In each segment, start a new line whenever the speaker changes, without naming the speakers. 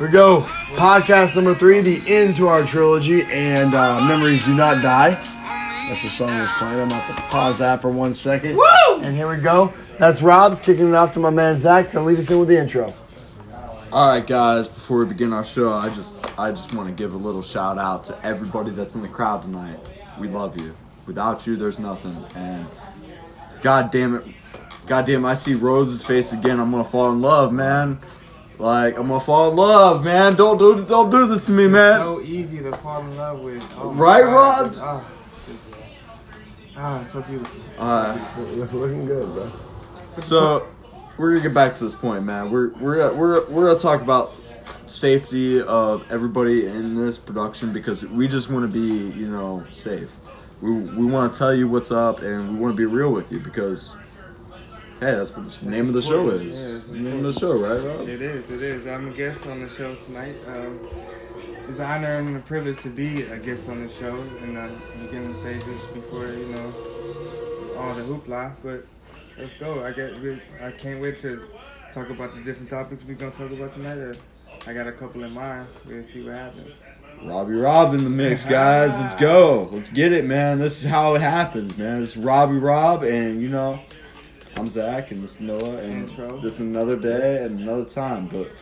we go. Podcast number three, the end to our trilogy, and uh, Memories Do Not Die. That's the song that's playing. I'm going to have to pause that for one second. Woo! And here we go. That's Rob kicking it off to my man Zach to lead us in with the intro.
All right, guys. Before we begin our show, I just I just want to give a little shout out to everybody that's in the crowd tonight. We love you. Without you, there's nothing. And god damn it, god damn, I see Rose's face again. I'm gonna fall in love, man. Like I'm gonna fall in love, man. Don't do don't do this to me, man.
so easy to fall in love with. Oh my
Right,
God.
Rod?
Ah, just- ah, so beautiful.
Uh,
It's looking good, bro.
So we're gonna get back to this point, man. We're we're we're we're gonna talk about safety of everybody in this production because we just want to be you know safe. We we want to tell you what's up and we want to be real with you because. Hey, that's what the name of the show
important. Yeah,
is.
it's
The name of the show, right? Rob?
It is, it is. I'm a guest on the show tonight. Um, it's an honor and a privilege to be a guest on the show uh, in the beginning stages before, you know, all the hoopla. But let's go. I get, we, I can't wait to talk about the different topics we're going to talk about tonight. Uh, I got a couple in mind. We'll see what happens.
Robbie Rob in the mix, guys. Let's go. Let's get it, man. This is how it happens, man. This is Robbie Rob, and you know, I'm Zach, and this is Noah, and
Intro.
this is another day and another time. But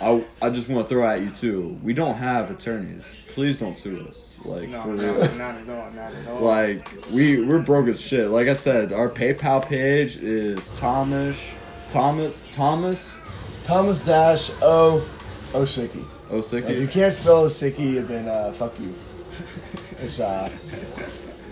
I, I just want to throw at you too. We don't have attorneys. Please don't sue us. Like
No,
for
no,
real.
not at all, not at all.
Like we we're broke as shit. Like I said, our PayPal page is Thomas Thomas Thomas
Thomas Dash O Osicki. If you
Osicki.
can't spell Osicki, then uh, fuck you. It's uh,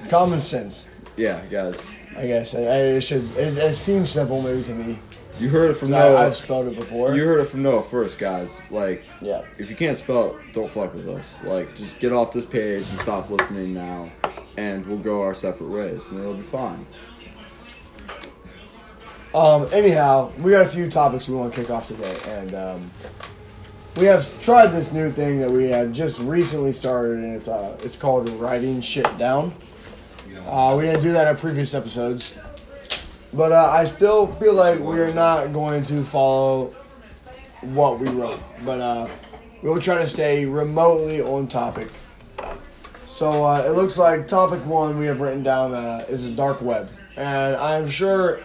common sense.
Yeah, guys.
I guess I, I it should. It, it seems simple, maybe to me.
You heard it from
No, I,
Noah.
have spelled it before.
You heard it from Noah first, guys. Like,
Yeah.
if you can't spell, it, don't fuck with us. Like, just get off this page and stop listening now, and we'll go our separate ways, and it'll be fine.
Um. Anyhow, we got a few topics we want to kick off today, and um, we have tried this new thing that we had just recently started, and it's uh, it's called writing shit down. Uh, we didn't do that in previous episodes, but uh, I still feel like we're not going to follow what we wrote, but uh, we will try to stay remotely on topic. So uh, it looks like topic one we have written down uh, is the dark web, and I'm sure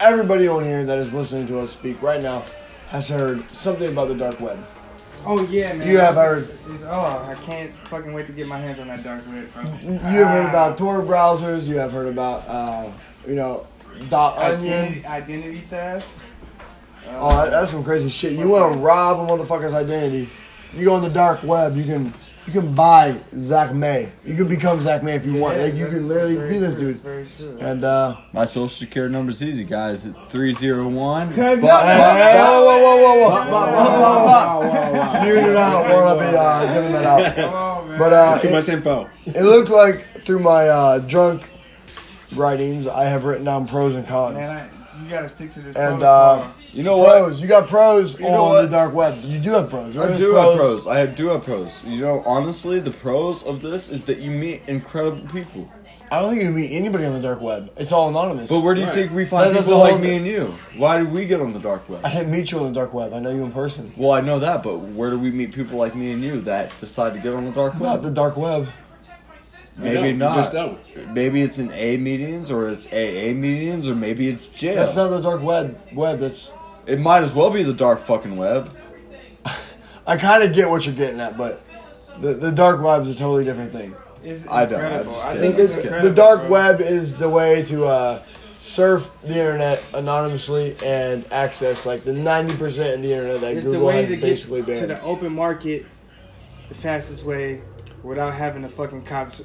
everybody on here that is listening to us speak right now has heard something about the dark web.
Oh yeah, man.
You have heard-
It's, oh, I can't fucking wait to get my hands on that dark web. Bro.
You have heard about Tor browsers. You have heard about uh, you know dot onion.
identity, identity theft.
Oh, that- that's some crazy shit. You want to rob a motherfucker's identity? You go on the dark web. You can you can buy Zach May. You can become Zach May if you want. Like Oh, you
that's
can literally
very
be this
true,
dude.
very true.
And uh,
My social security number's easy, guys. It's three zero one.
Hey,
whoa, whoa, whoa, whoa, whoa,
Bop,
whoa,
bop,
whoa, whoa, whoa. You do not want to be uh, giving that out.
Come on, man.
But uh,
Too
it's-
much info.
It looked like through my uh, drunk writings, I have written down pros and cons.
man, I, you gotta stick to this.
and
protocol.
uh,
You know what?
pros, you got pros
You
on
know
the
what?
dark web. You do have pros, right?
I do have pros. I do have pros. You know, honestly, the pros of this is that you meet incredible people.
I don't think you meet anybody on the dark web. It's all anonymous.
But where do you
Right.
think we find
That- that's
people
the whole
like me
thing.
and you? Why did we get on the dark web?
I didn't meet you on the dark web. I know you in person.
Well, I know that, but where do we meet people like me and you that decide to get on the dark web?
Not the dark web.
Maybe
don't.
not.
You just don't.
Maybe it's in A meetings, or it's AA meetings, or maybe it's jail.
That's not the dark web. Web. That's.
it might as well be the dark fucking web.
I kind of get what you're getting at, but the, the dark web is a totally different thing.
it's
I don't-
incredible.
I'm just
I
kidding.
think
The,
it's
Okay.
the
incredible,
dark
bro.
web is the way to uh, surf the internet anonymously and access like the ninety percent of the internet that
It's the
Google
way
has
to get
basically
to
banned.
the open market, the fastest way, without having the fucking cops.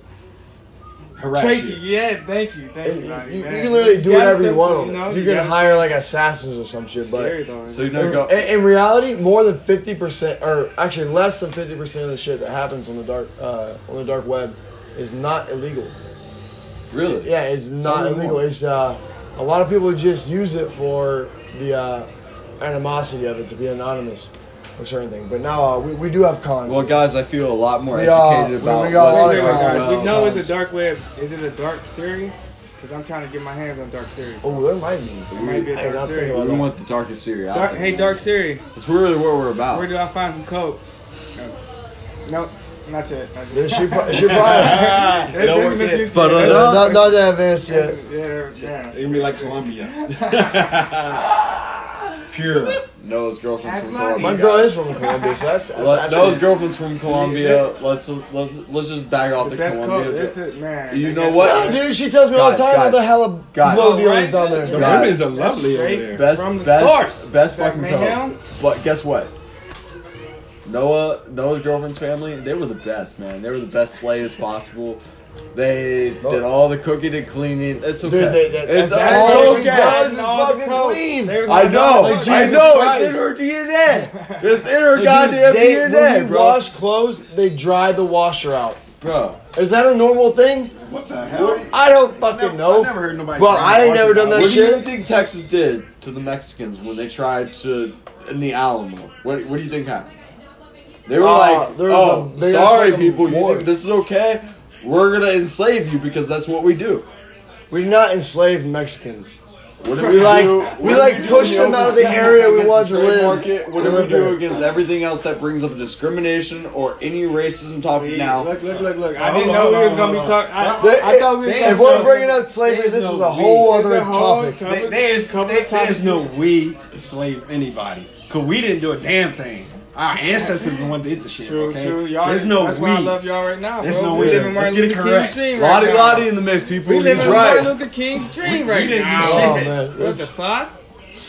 Harass
Tracy,
you.
yeah, thank you, thank
And
you,
you,
Rodney,
you
man.
can literally do
gotta
whatever you
step
want.
to-
on it. You,
know,
can
gotta-
hire like assassins or some shit,
Scary,
but.
though.
So you
In,
don't go.
in reality, more than fifty percent, or actually less than fifty percent of the shit that happens on the dark uh, on the dark web is not illegal.
Really?
Yeah, it's not
only
illegal.
one.
It's uh, a lot of people just use it for the uh, animosity of it to be anonymous or certain thing. But now uh, we, we do have cons.
Well, guys, I feel a lot more
We are-
educated
we-
about
we got a
what
lot
Wait,
of
wait,
the dark
cons.
guys,
web
we know
cons.
it's a dark web. Is it a dark series? Because I'm trying to get my hands on Dark Siri.
Oh, there might be.
There might be a
I did
Dark
not think
Siri.
about
We
that.
want the darkest Siri out.
Dark,
there,
hey,
man.
Dark Siri,
That's really what we're about.
where do I find some coke? No, not yet. Not
Yeah,
yet.
she, pro- she probably.
It
don't work
doesn't
yet.
make you-
But, uh,
yeah,
no.
not, not that advanced
yeah,
yet.
yeah, yeah.
It's gonna be like Colombia. Pure.
Noah's girlfriend's
Ask
from
Lonnie.
My
Colombia.
girl is from Colombia, so that's, that's
Let-
actually-
Noah's girlfriend's from Colombia. Let's let's let's just back off
The
the,
best coke
Colombia.
is the man.
You
they
know
got
what?
No, dude, she tells me all the time
Guys,
about
guys,
the hella
guys.
blow
Oh,
dealers
right?
down there.
The
The
Guys,
women's are lovely over
straight
there.
Best,
From the
best,
source.
best
That
fucking
mayhem?
coke. But guess what? Noah, Noah's girlfriend's family, they were the best, man. They were the best slay as possible. They did all the cooking and cleaning. It's okay.
Dude, they- that-
it's
that's
all
all
Coke
she
okay.
does is
all the
fucking
coke.
clean.
There's
I
no-
know,
Like
I
Jesus
know,
Christ.
it's in her DNA. It's in her goddamn
they, when
DNA,
you
bro.
wash clothes, they dry the washer out.
bro.
Is that a normal thing?
What the hell?
I don't fucking know.
I never heard nobody.
Well,
crying
I ain't
watching
never done that
What do you
shit.
think Texas did to the Mexicans when they tried to in the Alamo? What What do you think happened? They were
Uh,
like,
there was
"Oh,
a big ass
sorry,
fucking
people. You
war."
think this is okay? We're gonna enslave you because that's what we do.
We did not enslave Mexicans.
What did
We
we
like
do?
we like pushed them out of the area we wanted to live.
Market. What
They
do we
lived
do
there.
against everything else that brings up discrimination or any racism topic
See,
now?
Look, look, look, look. I
Oh,
didn't
hold
know we
on,
was
hold
gonna be
on,
talking. I,
They-
I thought we was
they-
gonna
if
there's
we're
no-
bringing up slavery, this
there's
is
no
a whole
It's
other
a whole
topic.
topic.
There- There's
Couple
there-
of times
there's no we slave anybody because we didn't do a damn thing. Our ancestors is the ones that did the shit.
True,
okay?
true. Y'all,
There's no
that's
we.
why I love y'all right now.
There's
bro.
no
we
way.
live in
Let's
Martin
get it
Luther
correct.
King's dream right
Lottie
now.
Lottie in the mix, people.
We live
He's
in Martin
right.
Luther King's dream right
didn't do
now.
shit.
Oh man,
What the
that's-
fuck?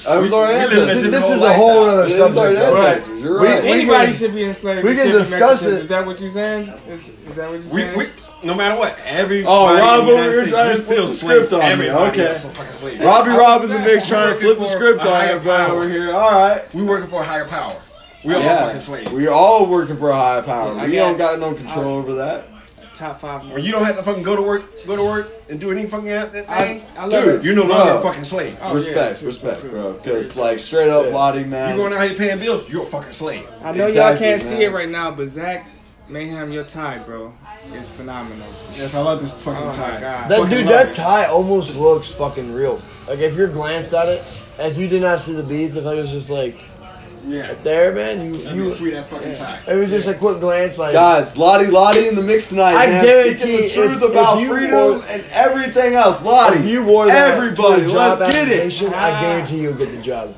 I was our
we live in a
ancestors.
different
this is
whole
a whole
lifestyle.
other
It is our
subject. though.
ancestors. You're
We-
right.
we-
Anybody
can-
should be enslaved.
we can
except the
discuss
Mexicans.
it.
Is that what you're saying? Is, is that what you're
We,
saying?
we, no matter what, everybody.
Oh, Rob
in
over
the United
here
States,
trying to
we
flip
still
the
slave
script on me,
everybody.
okay.
That's some fucking slavery.
Robbie
I
Rob
was
in the
that.
mix trying to
Working
flip the
for
script
a
on
higher
everybody
power.
over here. All right.
We working for a higher power. We all fucking slaves.
We all working for a higher power.
I
we
got- Oh,
don't got no control over that.
Top five.
When you don't have to fucking go to work, go to work and do any fucking ass- that
I,
thing,
I love
Dude,
it.
you're no longer
Bro.
a fucking slave.
Oh, yeah,
respect,
true,
respect,
true,
bro. Because like straight up lottie
You're
man.
going out here paying bills. You're a fucking slave.
I know y'all
Exactly,
can't see
man.
it right now, but Zach Mayhem, your tie, bro, is phenomenal.
Yes, I love this fucking
Oh my
time.
god.
That
Fucking
dude,
love
that
it.
tie almost looks fucking real. Like if you're glanced at it, if you did not see the beads, if I was just like
Yeah,
there, man, you
that'd be a
you.
sweet ass fucking tie.
It was just a quick glance, like
Guys, Lottie Lottie in the mix tonight.
I
man.
guarantee
Speaking the
if-
truth
if
about
you
freedom
wore-
and everything else. Lottie,
if you wore that,
everybody,
to a job
let's get it.
application, I guarantee you'll get the job.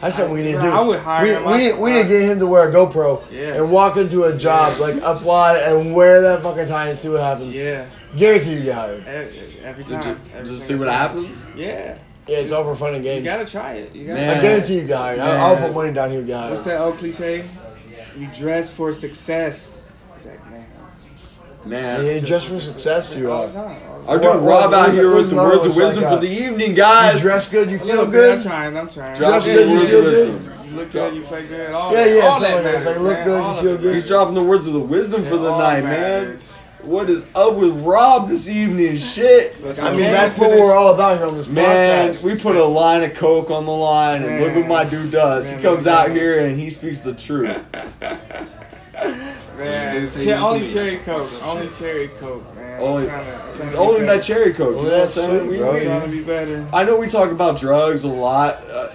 That's something we need to
Ah. Bro,
do.
I would hire
we,
him.
We need, we need to get him to wear a GoPro
Yeah.
and walk into a job, like apply and wear that fucking tie and see what happens.
Yeah,
Guarantee you get hired.
every, every
Did you-
time.
did
Every
you see
single
what
time.
happens?
Yeah,
Yeah, it's all for fun and
you
games.
gotta try it. You gotta.
Man.
I guarantee you get hired. I, I'll put money down here, get hired.
What's that old cliche? You dress for success. Zach Mayhem.
Man.
Yeah, just for success, you
All the
are.
time. all the time.
Our
What-
dude Rob
what-
out here
what-
with the
what
words of
looks like
wisdom
that?
for the evening,
You
guys.
dress good, you
A
feel
little bit. I'm
good.
trying. I'm trying.
Drop
Dropping
good, you
words
feel
of
good.
wisdom.
You look good. You play good. All
Yeah,
that,
yeah,
All
something
that
like that.
matters.
It's like, look
man.
good, you
all of
feel
it
good.
He's
matters.
dropping the words of the wisdom for
It
the
all
night, man.
matters.
What is up with Rob this evening? Shit.
Let's
I
go.
mean,
Man,
that's
look
what
at
we're
this.
all about here on this
Man,
podcast.
we put a line of coke on the line, and look what my dude does. He
Man,
comes
man,
out
man.
here and he speaks the truth.
Man,
Didn't say
che-
nothing
only
to me.
cherry coke. Only cherry coke, man.
Only-
I'm tryna- I'm tryna be
Only
better.
that cherry coke. You
Well,
know what I'm
that's
saying?
sweet,
We-
bro.
I'm
we-
trying to be better.
I know we talk about drugs a lot. Uh,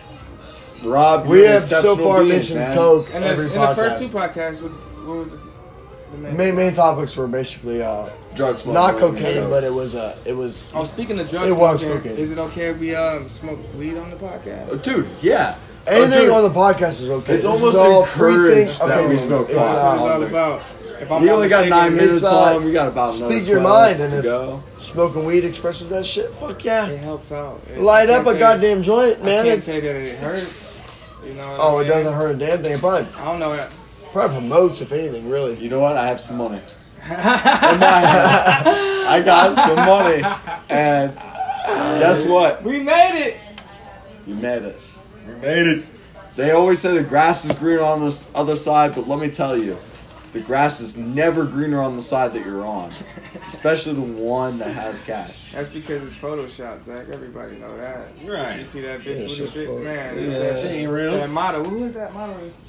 Rob,
We
you're an
have so
exceptional
far
being,
mentioned
man.
Coke
And
every
in
podcast.
the first two podcasts, what, what was the, the
The
name?
main main topics were basically uh,
Drugs,
not cocaine, but it was uh, it was
Oh, speaking of drugs,
It was
man,
cocaine.
Is it okay if we um, smoke weed on the podcast?
Oh, dude, yeah.
Oh,
anything
dude,
on the podcast is okay.
It's
This is
almost
all
encouraged
free thing-
that we
opinions.
smoke
It's,
pot.
That's what it's
uh,
all about. If I'm
we
not
only got
mistaken,
nine
it's,
minutes
uh,
on. We got about another
speak your
12
mind, and
to
if
go.
smoking weed expresses that shit. Fuck yeah,
It helps out. It-
light
I
up
can't
a
say-
goddamn joint,
I
man.
can't
It's,
say that it hurts. You know. what
oh,
I
it
mean?
doesn't hurt a damn thing. It probably
I don't know. That.
probably promotes if anything, really.
You know what? I have some money. In my hand. I got some money. And guess what?
We made it.
You made it.
We made it.
They always say the grass is greener on the s- other side, but let me tell you, the grass is never greener on the side that you're on, especially the one that has cash.
That's because it's Photoshop, Zach. Everybody know that.
Right.
You see that big
Yeah, it's
booty
just
bitch,
photo-
man. it's
That shit ain't real.
That model. Who is that model? It's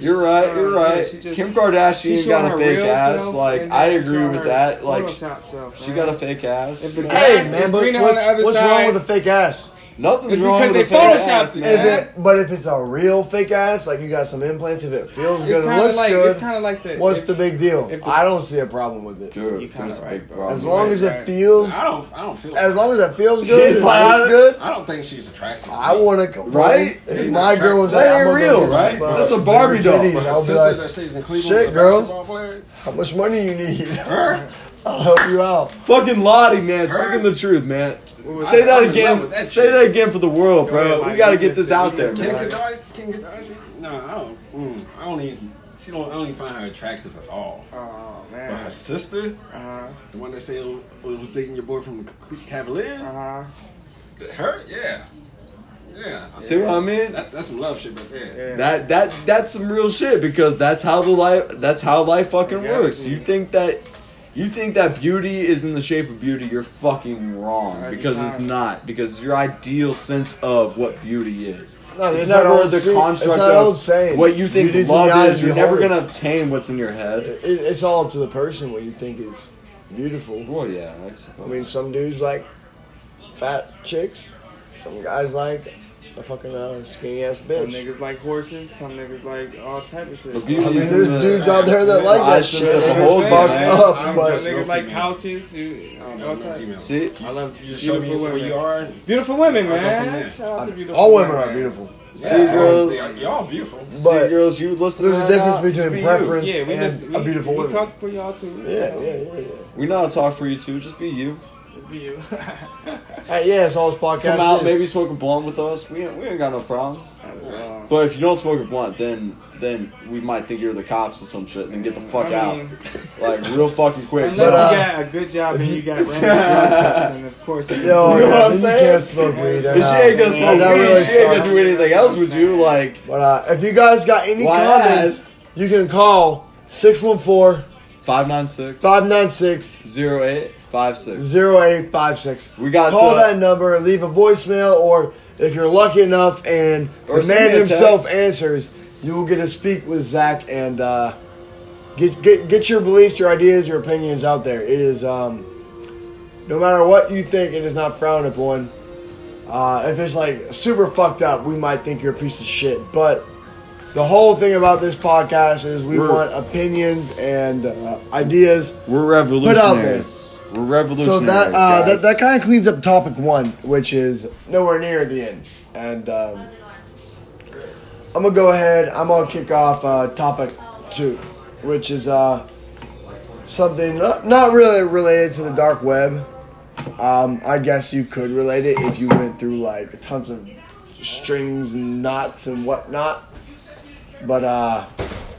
You're right. You're
Uh, yeah,
right.
she just-
Kim Kardashian
She's
got
showing
a
her
fake
real
ass.
self,
Like
and
I
she's
agree
showing
with
her
that. Like she,
Photoshop self, man.
got a fake ass.
If the
Hey,
grass
man,
is
but
greener on
what's,
the other
what's
side,
wrong with a fake ass?
Nothing's
It's
wrong with a
because they
fake ass.
photoshopped it,
man.
If it, but if it's a real fake ass, like you got some implants, if it feels
it's
good,
kind
it
of
looks
like
good.
it's kind of like the
what's
if-
the big deal?
if the-
I don't see a problem with it.
Dude,
You kinda
there's a
right,
big
bro.
problem.
As long
right,
as it
right.
feels,
I don't. I don't feel.
as long as it feels good,
She's
it
like-
looks good.
I don't think she's attractive.
I want to complain.
Right?
If my girl was like,
That
I'm
ain't
gonna
real,
go get
right?
some, uh,
That's a
some
Barbie doll.
titties, I'll be
sister
like,
that stays in Cleveland.
"Shit,
the
girl."
basketball player,
how much money you need?
Her?
I'll help you out.
Fucking Lottie, man.
Her?
Speaking the truth, man.
was
Say
I-
that
I'm in love
again.
with that
Say
shit.
that again for the world,
ahead,
bro. We
Mike.
gotta
You
get
missed
this
it.
out
You
there,
missed
Kim
it.
man.
Kardashian. Kim Kardashian. No, I don't. Mm, I don't even. She don't. I don't even find her attractive at all.
Oh
But her
man.
sister,
Uh huh.
the one that said was dating your boy from the Cavaliers,
Uh huh.
her, yeah, yeah.
See what I mean?
That, that's some love shit right there.
Yeah.
That that that's some real shit because that's how the life that's how life fucking
Yeah.
works. You think that you think that beauty is in the shape of beauty, you're fucking wrong
Every
because it's
time.
not because it's your ideal sense of what beauty is.
No,
it's
it's that
never
old
the
se-
construct
it's that
of
old saying.
what you think
Beauty's in the eye
love
of
is.
the
You're never
beholder.
gonna obtain what's in your head.
It, it's all up to the person what you think is beautiful.
Well, yeah, that's
I mean, some dudes like fat chicks. Some guys like a fucking uh, skinny ass
Some
bitch.
niggas like horses. Some niggas like all type of shit.
But
I mean,
beauty's
there's
in the-
dudes out there that like that
License
shit.
of the
They're
whole
fucked
thing.
up,
I'm
but
just-
niggas like
female.
couches. You,
I don't
all
know no
type.
female.
see.
I love
You just show me
beautiful
where you
women.
are.
Beautiful women,
I'll go from
man.
there.
Shout out to beautiful.
all women are beautiful.
See, girls.
they are- y'all beautiful.
see,
But
girls, you listen.
there's a
to
difference
that,
between
just be uh, you.
preference
Yeah, we
and
just we,
a beautiful
we
woman.
talk for y'all too. you
yeah,
know?
yeah, yeah, yeah.
We know how to talk for you too. Just be you.
It's be you.
Hey, yeah, it's all this podcast.
Come out,
is.
maybe smoke a blunt with us. We ain't, we ain't got no problem.
Uh,
But if you don't smoke a blunt, then then we might think you're the cops or some shit. Then get the fuck
I mean,
out, like real fucking quick.
Unless
But, uh,
But,
you got a good job and you got random drug tests, and of course,
Yo,
it's
You know
yeah,
what I'm
then
saying?
You can't smoke weed.
If
and,
if she ain't
uh,
gonna smoke,
that
weed,
really
she ain't gonna
sucks.
do anything else with you. Like
But uh, if you guys got any
Why
comments,
ask?
you can call 614
five nine six
596
zero eight five six.
0856.
We got
Call
the-
that number and leave a voicemail, or if you're lucky enough and
Or
the
send me
man
a text.
himself answers, you will get to speak with Zach and uh, get, get, get your beliefs, your ideas, your opinions out there. It is, um, no matter what you think, it is not frowned upon. Uh, if it's like super fucked up, we might think you're a piece of shit. But the whole thing about this podcast is we
We're-
want opinions and uh, ideas.
We're
revolutionaries.
We're revolutionaries.
So that uh, that that kind of cleans up topic one, which is nowhere near the end. And um, I'm gonna go ahead. I'm gonna kick off uh, topic two, which is uh, something not, not really related to the dark web. Um, I guess you could relate it if you went through like tons of strings and knots and whatnot. But uh,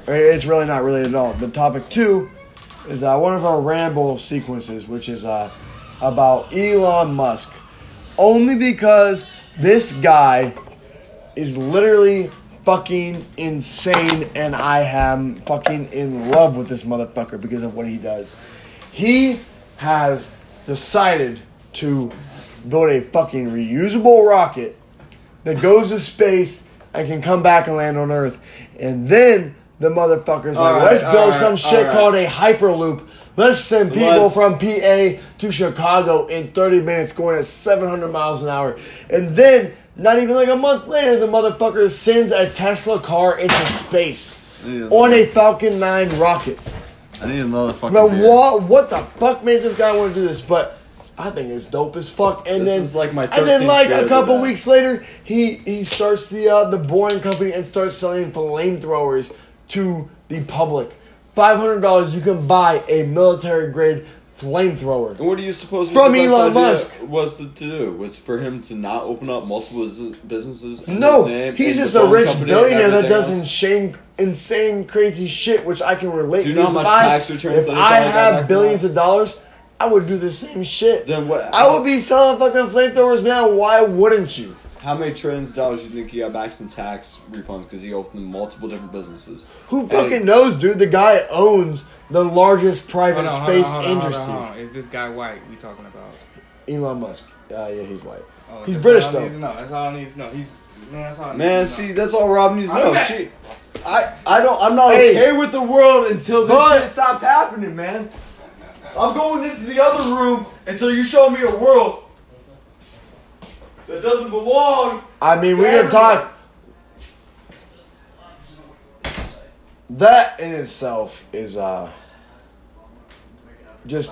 it's really not related at all. But topic two is uh, one of our ramble sequences, which is uh, about Elon Musk. Only because this guy is literally fucking insane, and I am fucking in love with this motherfucker because of what he does. He has decided to build a fucking reusable rocket that goes to space and can come back and land on Earth. And then the motherfuckers like,
right,
let's
all
build
right,
some shit
all right.
called a hyperloop. Let's send people
Let's-
from PA to Chicago in 30 minutes, going at 700 miles an hour. And then, not even like a month later, the motherfucker sends a Tesla car into space
Yeah.
on a Falcon 9 rocket.
I need another fucking.
Like,
beer.
what, what the fuck made this guy want to do this? But I think it's dope as fuck. And
This
then,
is like my
and then,
13th
like
beer
a
to
couple
that.
weeks later, he he starts the uh, the Boring Company and starts selling flamethrowers to the public. Five hundred dollars, you can buy a military grade flamethrower.
And what do you suppose was
From
the best
Elon
idea
Musk.
was to, to do? Was for him to not open up multiple bus- businesses? in
No,
his name
he's
and
just
the
a
phone
rich
company and
billionaire that
everything
does
else?
insane, insane, crazy shit, which I can relate.
Do you know how
because
much
if I-
tax returns
If
that
I
everybody got back
have
from
billions
that?
of dollars, I would do the same shit.
Then what-
I would be selling fucking flamethrowers now. Why wouldn't you?
How many trillions of dollars do you think he got back in tax refunds because he opened multiple different businesses?
Who
And-
fucking knows, dude? The guy owns the largest private
Hold on,
space
hold on, hold on,
industry.
hold on, hold on. Is this guy white? We talking about?
Elon Musk. Uh, yeah, he's white.
Oh,
he's
that's
British
all I
though.
need to know. That's all I need to know. He's man. That's all I need
Man,
to know.
see, that's all Rob needs to
I'm
know.
back.
She,
I, I don't. I'm not
Hey.
okay with the world until this
But-
shit stops happening, man.
I'm going into the other room until you show me a world that doesn't belong.
I mean, we're gonna talk. That in itself is uh, just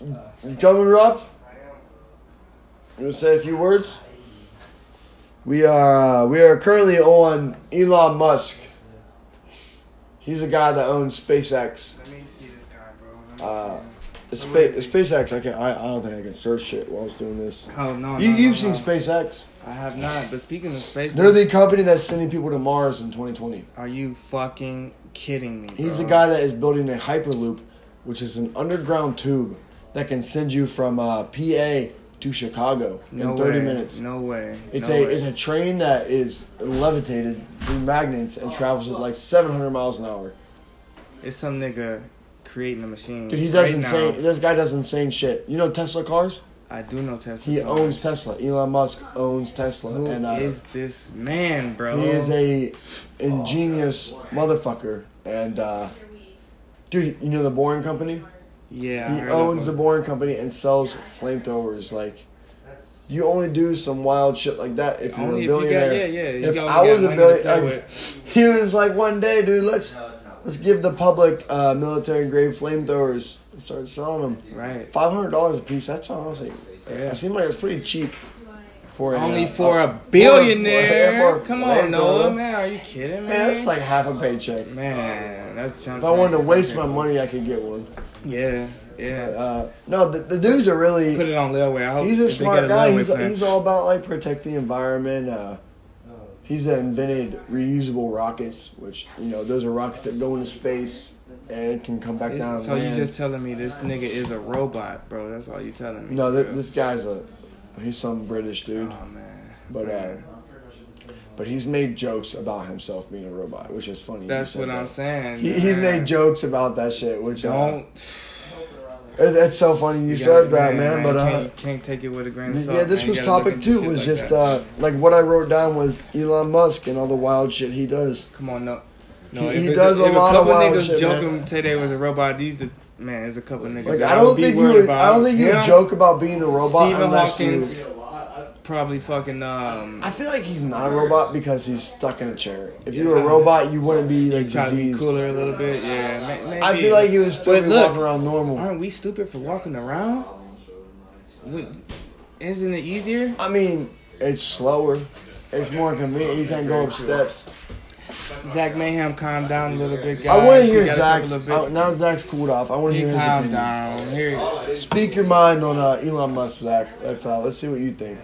you coming, Rob? You wanna say a few words? We are uh, we are currently on Elon Musk. He's a guy that owns SpaceX.
Let me see this guy, bro. Let me
Uh,
see
Spa-
What is it?
SpaceX, I can I, I don't think I can search shit while I was doing this.
him. Oh no,
You,
no,
you've seen
no, no.
SpaceX.
I have not. But speaking of space,
They're the company that's sending people to Mars in 2020.
are you fucking kidding me?
He's the
bro?
guy that is building a Hyperloop, which is an underground tube that can send you from uh, PA to Chicago in 30
way.
minutes.
No way.
It's
no
a
way.
it's a train that is levitated through magnets and travels at like 700 miles an hour.
It's some nigga creating a machine.
Dude, he does
right
insane.
now.
This guy does insane shit. You know Tesla cars?
I do know Tesla.
He owns Tesla. Elon Musk owns Tesla.
Who
and, uh,
is this man, bro?
He is a ingenious
Oh,
motherfucker, and uh, dude, you know the Boring Company.
yeah. I
He
heard of
owns the
him.
Boring Company and sells flamethrowers. Like, you only do some wild shit like that if you're a
Only if you got-
billionaire.
yeah, yeah, you
If
got-
I
you
was a
got money to play
billionaire, he was like, one day, dude, let's let's give the public uh, military grade flamethrowers and start selling them.
right.
Five hundred dollars a piece. That's honestly,
Yeah.
that seems like it's pretty cheap for a,
Only
uh,
for
a-
a billionaire.
for a- for a
Come
flamethrower.
on, Noah, man. Are you kidding me?
Man, that's like half a paycheck.
man, that's jump.
If I wanted to waste my money, I could get one.
Yeah, yeah.
Uh, no, the, the dude's are
Put
really.
it on Lilway. I hope
He's a
if they
smart
get
guy.
Lil
He's,
Wayne plan.
he's all about like protect the environment. Uh, he's invented reusable rockets, which you know those are rockets that go into space and can come back down.
It's-
and
So you
land.
just telling me this nigga is a robot, bro? That's all you telling me.
no,
bro.
th- this guy's a he's some British dude,
Oh man.
but uh, but he's made jokes about himself being a robot, which is funny.
That's
He
what
said
I'm
that.
saying.
He, he's
man.
made jokes about that shit, which uh,
Don't.
it- it's so funny you, said that, man. But uh,
can't, can't take it with a grain of salt.
Yeah, this
man. You
was
gotta look
topic
into
two.
shit
Was
like
just
that.
uh, like what I wrote down was Elon Musk and all the wild shit he does.
Come on, no. No,
He-
if
he
it's
does a
if
lot of
couple
wild
niggas
shit,
joke
man.
and say they was a robot. These the man, there's a couple niggas.
Like
that
I don't
be
think you
worried
would.
about
I don't think you
Him,
would joke about being a robot
Stephen
unless
Hawkins,
you.
probably fucking um.
I feel like he's not a robot because he's stuck in a chair. If you were a robot, you wouldn't be like
Try to be
diseased.
cooler a little bit, yeah. ma- Maybe.
I feel like he would still
But
be
look,
walking around normal.
Aren't we stupid for walking around? Would- Isn't it easier?
I mean, it's slower. It's more convenient. You can't go up steps.
Zach Mayhem, calm down a little bit, guys.
I want to
You
hear
gotta
Zach's.
think a
I-
little bit.
Now Zach's cooled off. I want to
He
hear his
calm
opinion.
down. Here,
Speak your mind on uh, Elon Musk, Zach. That's uh, let's see what you think.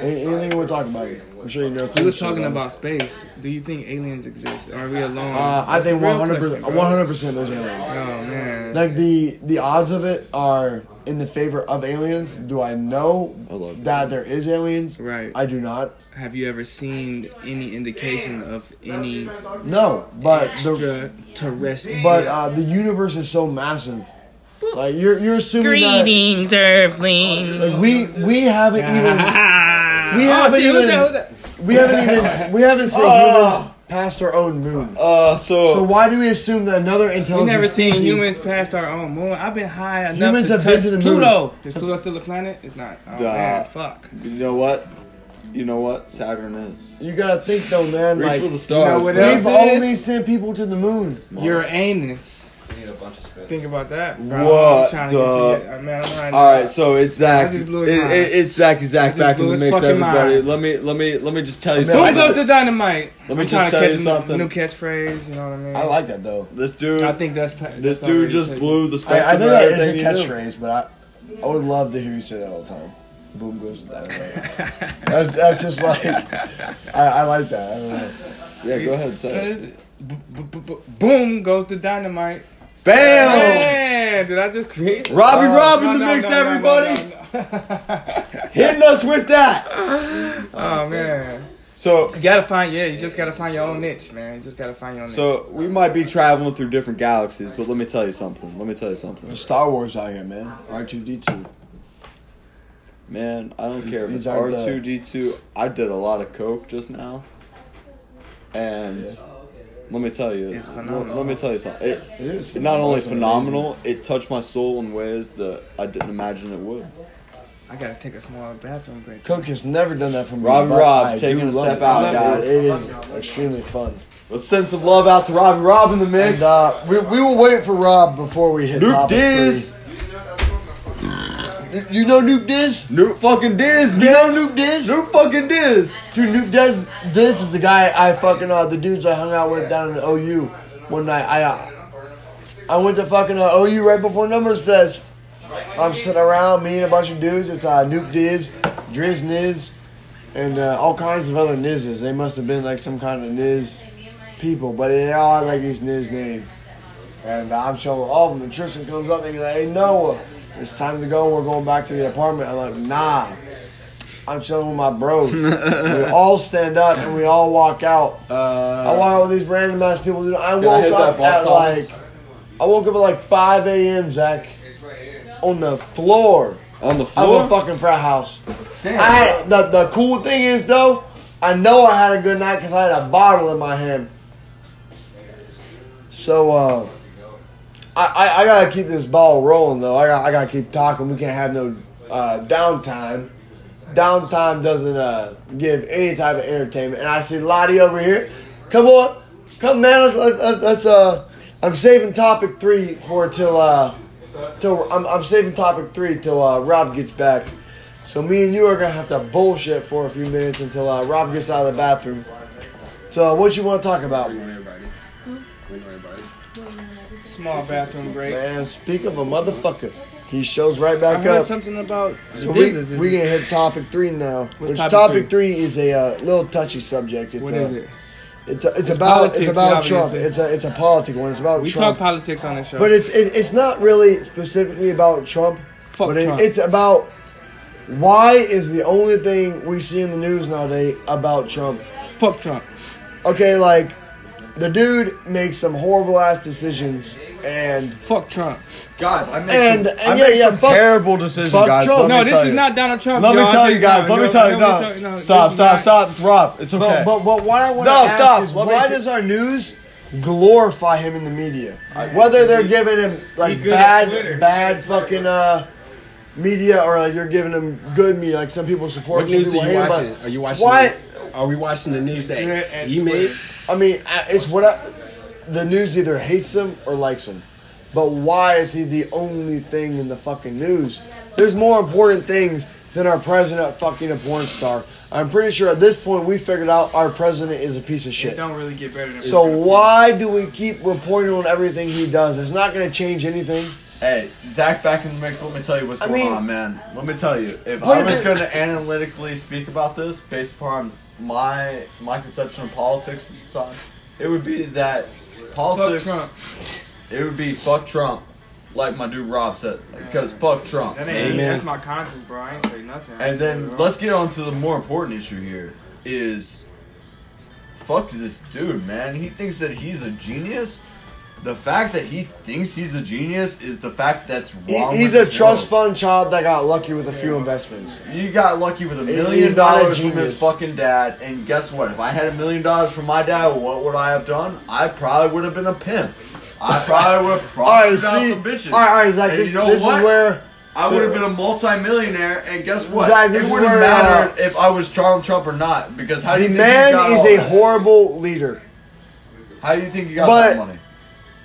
Any- Anything you want to talk about? I'm sure you know.
we was talking about space. Do you think aliens exist? Are we alone?
Uh, I
That's
think
the real
100, percent
question, bro.
100 percent there's aliens.
Oh man.
Like the the odds of it are in the favor of aliens. Do I know
love
that there is aliens?
Right.
I do not.
Have you ever seen any indication of any
No, but the
extraterrestrial?
but uh, the universe is so massive. Like you're you're assuming
Greetings, Earthlings.
that like, we we haven't even
Ah.
we
oh,
haven't
see, who's
even
that? Oh. Who's that?
we haven't even we haven't seen humans past our own moon.
Uh,
So why do we assume that another
We
intelligent
never seen
species-
humans past our own moon. I've been high enough
Humans
to
have been
touch
to the moon.
Pluto. Is Pluto still a planet? It's not. Oh
Duh.
man, fuck.
You know what? You know what? Saturn is.
You gotta think though, man.
Reach
Like
for the
we've
stars.
what
bro.
else?
only sent people to the moon.
Uranus. Think about that. Bro.
What
I'm trying
the-
to get to it. Man, I'm high
All right,
enough.
so it's Zach.
I
It,
just blew his mind.
it- it's Zach. Zach
just
back in
blew
the
his
mix,
fucking
everybody.
mind.
Let me let me let me just tell you
I mean, I
Who
something.
goes to dynamite?
Let me
I'm
just
trying to
tell
catch
you
a
something.
New catchphrase. You know what I mean?
I like that though.
this dude.
I think that's. pa-
this
that's
dude
already
just
taken.
blew the
I,
spectrum.
I
of
think that is a
everything he knew.
catchphrase, but I, I would love to hear you say that all the time. Boom goes to that. that's, that's just like I, I like that. I don't know.
Yeah, go ahead. Say it.
This- b- b- b- b- Boom goes the dynamite.
Bam!
Man, did I just create? Oh,
Robbie
Uh,
Rob in
No,
the
no,
mix,
no, no,
everybody.
no, no.
Hitting us with that.
oh man.
So
You gotta find, yeah, you just gotta find your own niche, man. You just gotta find your own niche.
so we might be traveling through different galaxies, but let me tell you something. Let me tell you something.
There's Star Wars out here, man. R two D two.
Man, I don't care if
These
it's
are
R
the-
two D two. I did a lot of coke just now, and let me tell you,
It's
let-
phenomenal.
Let me tell you something. It,
It is
it not only
phenomenal.
phenomenal, it touched my soul in ways that I didn't imagine it would.
I gotta take a small bathroom break.
Coke has never done that for me.
Robbie
but
Robb
I do
taking a
love
step
it.
out,
I love it.
guys.
It is extremely fun.
Let's send some love out to Robbie Rob in the mix.
And, uh, we, we will wait for Rob before we hit
Nuke
topic
Diz,
three. You know Nuke Diz?
Nuke fucking Diz,
You
man.
know Nuke Diz?
Nuke fucking Diz.
Dude, Nuke Diz, Diz is the guy I fucking, uh, the dudes I hung out with down in OU one night. I uh, I went to fucking uh, OU right before Numbers Fest. I'm sitting around, me and a bunch of dudes. It's uh, Nuke Diz, Driz Niz, and uh, all kinds of other Nizzes. They must have been like some kind of Niz people, but they all had like these Niz names. And I'm showing all of them. And Tristan comes up and he's like, hey, Noah, it's time to go. We're going back to the apartment. I'm like, nah. I'm chilling with my bros. we all stand up and we all walk out. I
Uh,
walk out with these random ass people. Dude, I
I
woke
hit
up
that ball,
at
Thomas?
like, I woke up at like 5 a.m. Zach, on the floor
on the
of
floor.
a fucking frat house. I had, the the cool thing is though, I know I had a good night because I had a bottle in my hand. So uh, I, I I gotta keep this ball rolling though. I got I gotta keep talking. We can't have no uh, downtime. Downtime doesn't uh, give any type of entertainment. And I see Lottie over here. Come on, come man. Let's let's, let's, let's uh. I'm saving topic three for till uh till I'm, I'm saving topic three till uh, Rob gets back. So me and you are gonna have to bullshit for a few minutes until uh, Rob gets out of the bathroom. So uh, what you want to talk about?
We know everybody. We know everybody.
Small bathroom break.
Man, speak of a motherfucker. He shows right
I
back
heard
up.
something about
So we,
diseases.
we gonna hit topic three now.
What's
which
topic
topic, three? is a uh, little touchy subject. It's
What
a,
is it?
It's, a, it's, about
politics,
it's about Trump.
obviously.
It's a it's a politic one. It's about
We
Trump.
talk politics on the show.
But it's it, it's not really specifically about Trump.
Fuck
but it-
Trump.
it's about why is the only thing we see in the news nowadays about Trump?
Fuck Trump.
Okay, like the dude makes some horrible ass decisions and
Fuck Trump.
guys, I made
And-
some,
and
I
yeah,
made
yeah,
some
fuck-
terrible decisions,
fuck
guys.
Trump.
Let me
No, this
tell
is
you.
not Donald Trump.
Let
yo.
me
I
tell
think-
you guys.
no,
Let me
no,
tell you. No,
no, so- no,
stop,
this
stop,
is not-
stop. Rob, it's okay.
but but, but what I want to
No,
ask
stop.
is
Let me-
why does our news glorify him in the media? Whether they're giving him like
good at Twitter.
bad bad fucking uh media or like you're giving him good media, like some people support
What
some
news
people
are you
hate, but
watching? Are you watching?
why?
the- are we watching the news
Yeah, and
that he made?
I mean, I- it's what I, the news either hates him or likes him. But why is he the only thing in the fucking news? There's more important things than our president fucking a porn star. I'm pretty sure at this point we figured out our president is a piece of
It
shit.
don't really get better than
So why do we keep reporting on everything he does? It's not going to change anything.
Hey, Zach, back in the mix. Let me tell you what's
I
going
mean-
on, man. Let me tell you. If
Put
I
it
was
in-
going to analytically speak about this based upon my my conception of politics at the time, it would be that
fuck
politics.
Trump.
It would be fuck Trump, like my dude Rob said, because fuck Trump.
That ain't
Amen.
that's my conscience, bro. I ain't say nothing. I
And
ain't say
then
nothing.
let's get on to the more important issue here is fuck this dude, man. He thinks that he's a genius. The fact that he thinks he's a genius is the fact that's
He-
wrong.
he's a
with this
trust
world.
fund child that got lucky with a few investments.
You got lucky with a million
He's not a
dollars from his
genius.
fucking dad, and guess what? If I had a million dollars from my dad, what would I have done? I probably would have been a pimp. I probably would have
All right,
prostituted out
see,
some bitches.
all right, all right, Zach.
And
This,
you know
this is
what?
where
I would have been a multimillionaire, and guess what?
Zach, this
it
is
wouldn't
where, uh,
matter if I was Donald Trump or not, because how do
the
you think he
man
got
is
all
a
that?
horrible leader.
How do you think he got
But
that money?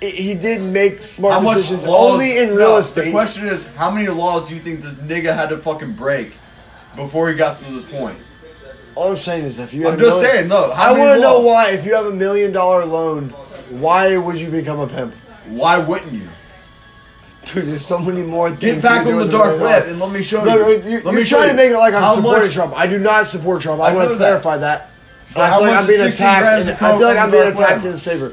he- he did make smart
How much
decisions
laws-
only in
No,
real estate.
The question is, how many laws do you think this nigga had to fucking break before he got to this point?
All I'm saying is, if you
I'm
had a
just
million-
saying, no. How
I
many
want to know
laws?
why. If you have a million dollar loan, why would you become a pimp?
Why wouldn't you?
Dude, there's so many more things.
Get
you can
back on
do
the
with a
dark
million
web
dollars.
and let me show
No,
you.
you- you're,
Let me show
trying to make it like I'm
how
supporting
much-
Trump. I do not support Trump. I,
I
want
know
to
that.
clarify that.
But
I
how
feel like
much
I'm
is
being
60
attacked.
grams
in-
of
I feel like
coke
I'm
on
being
the dark
attacked
web?
in his favor.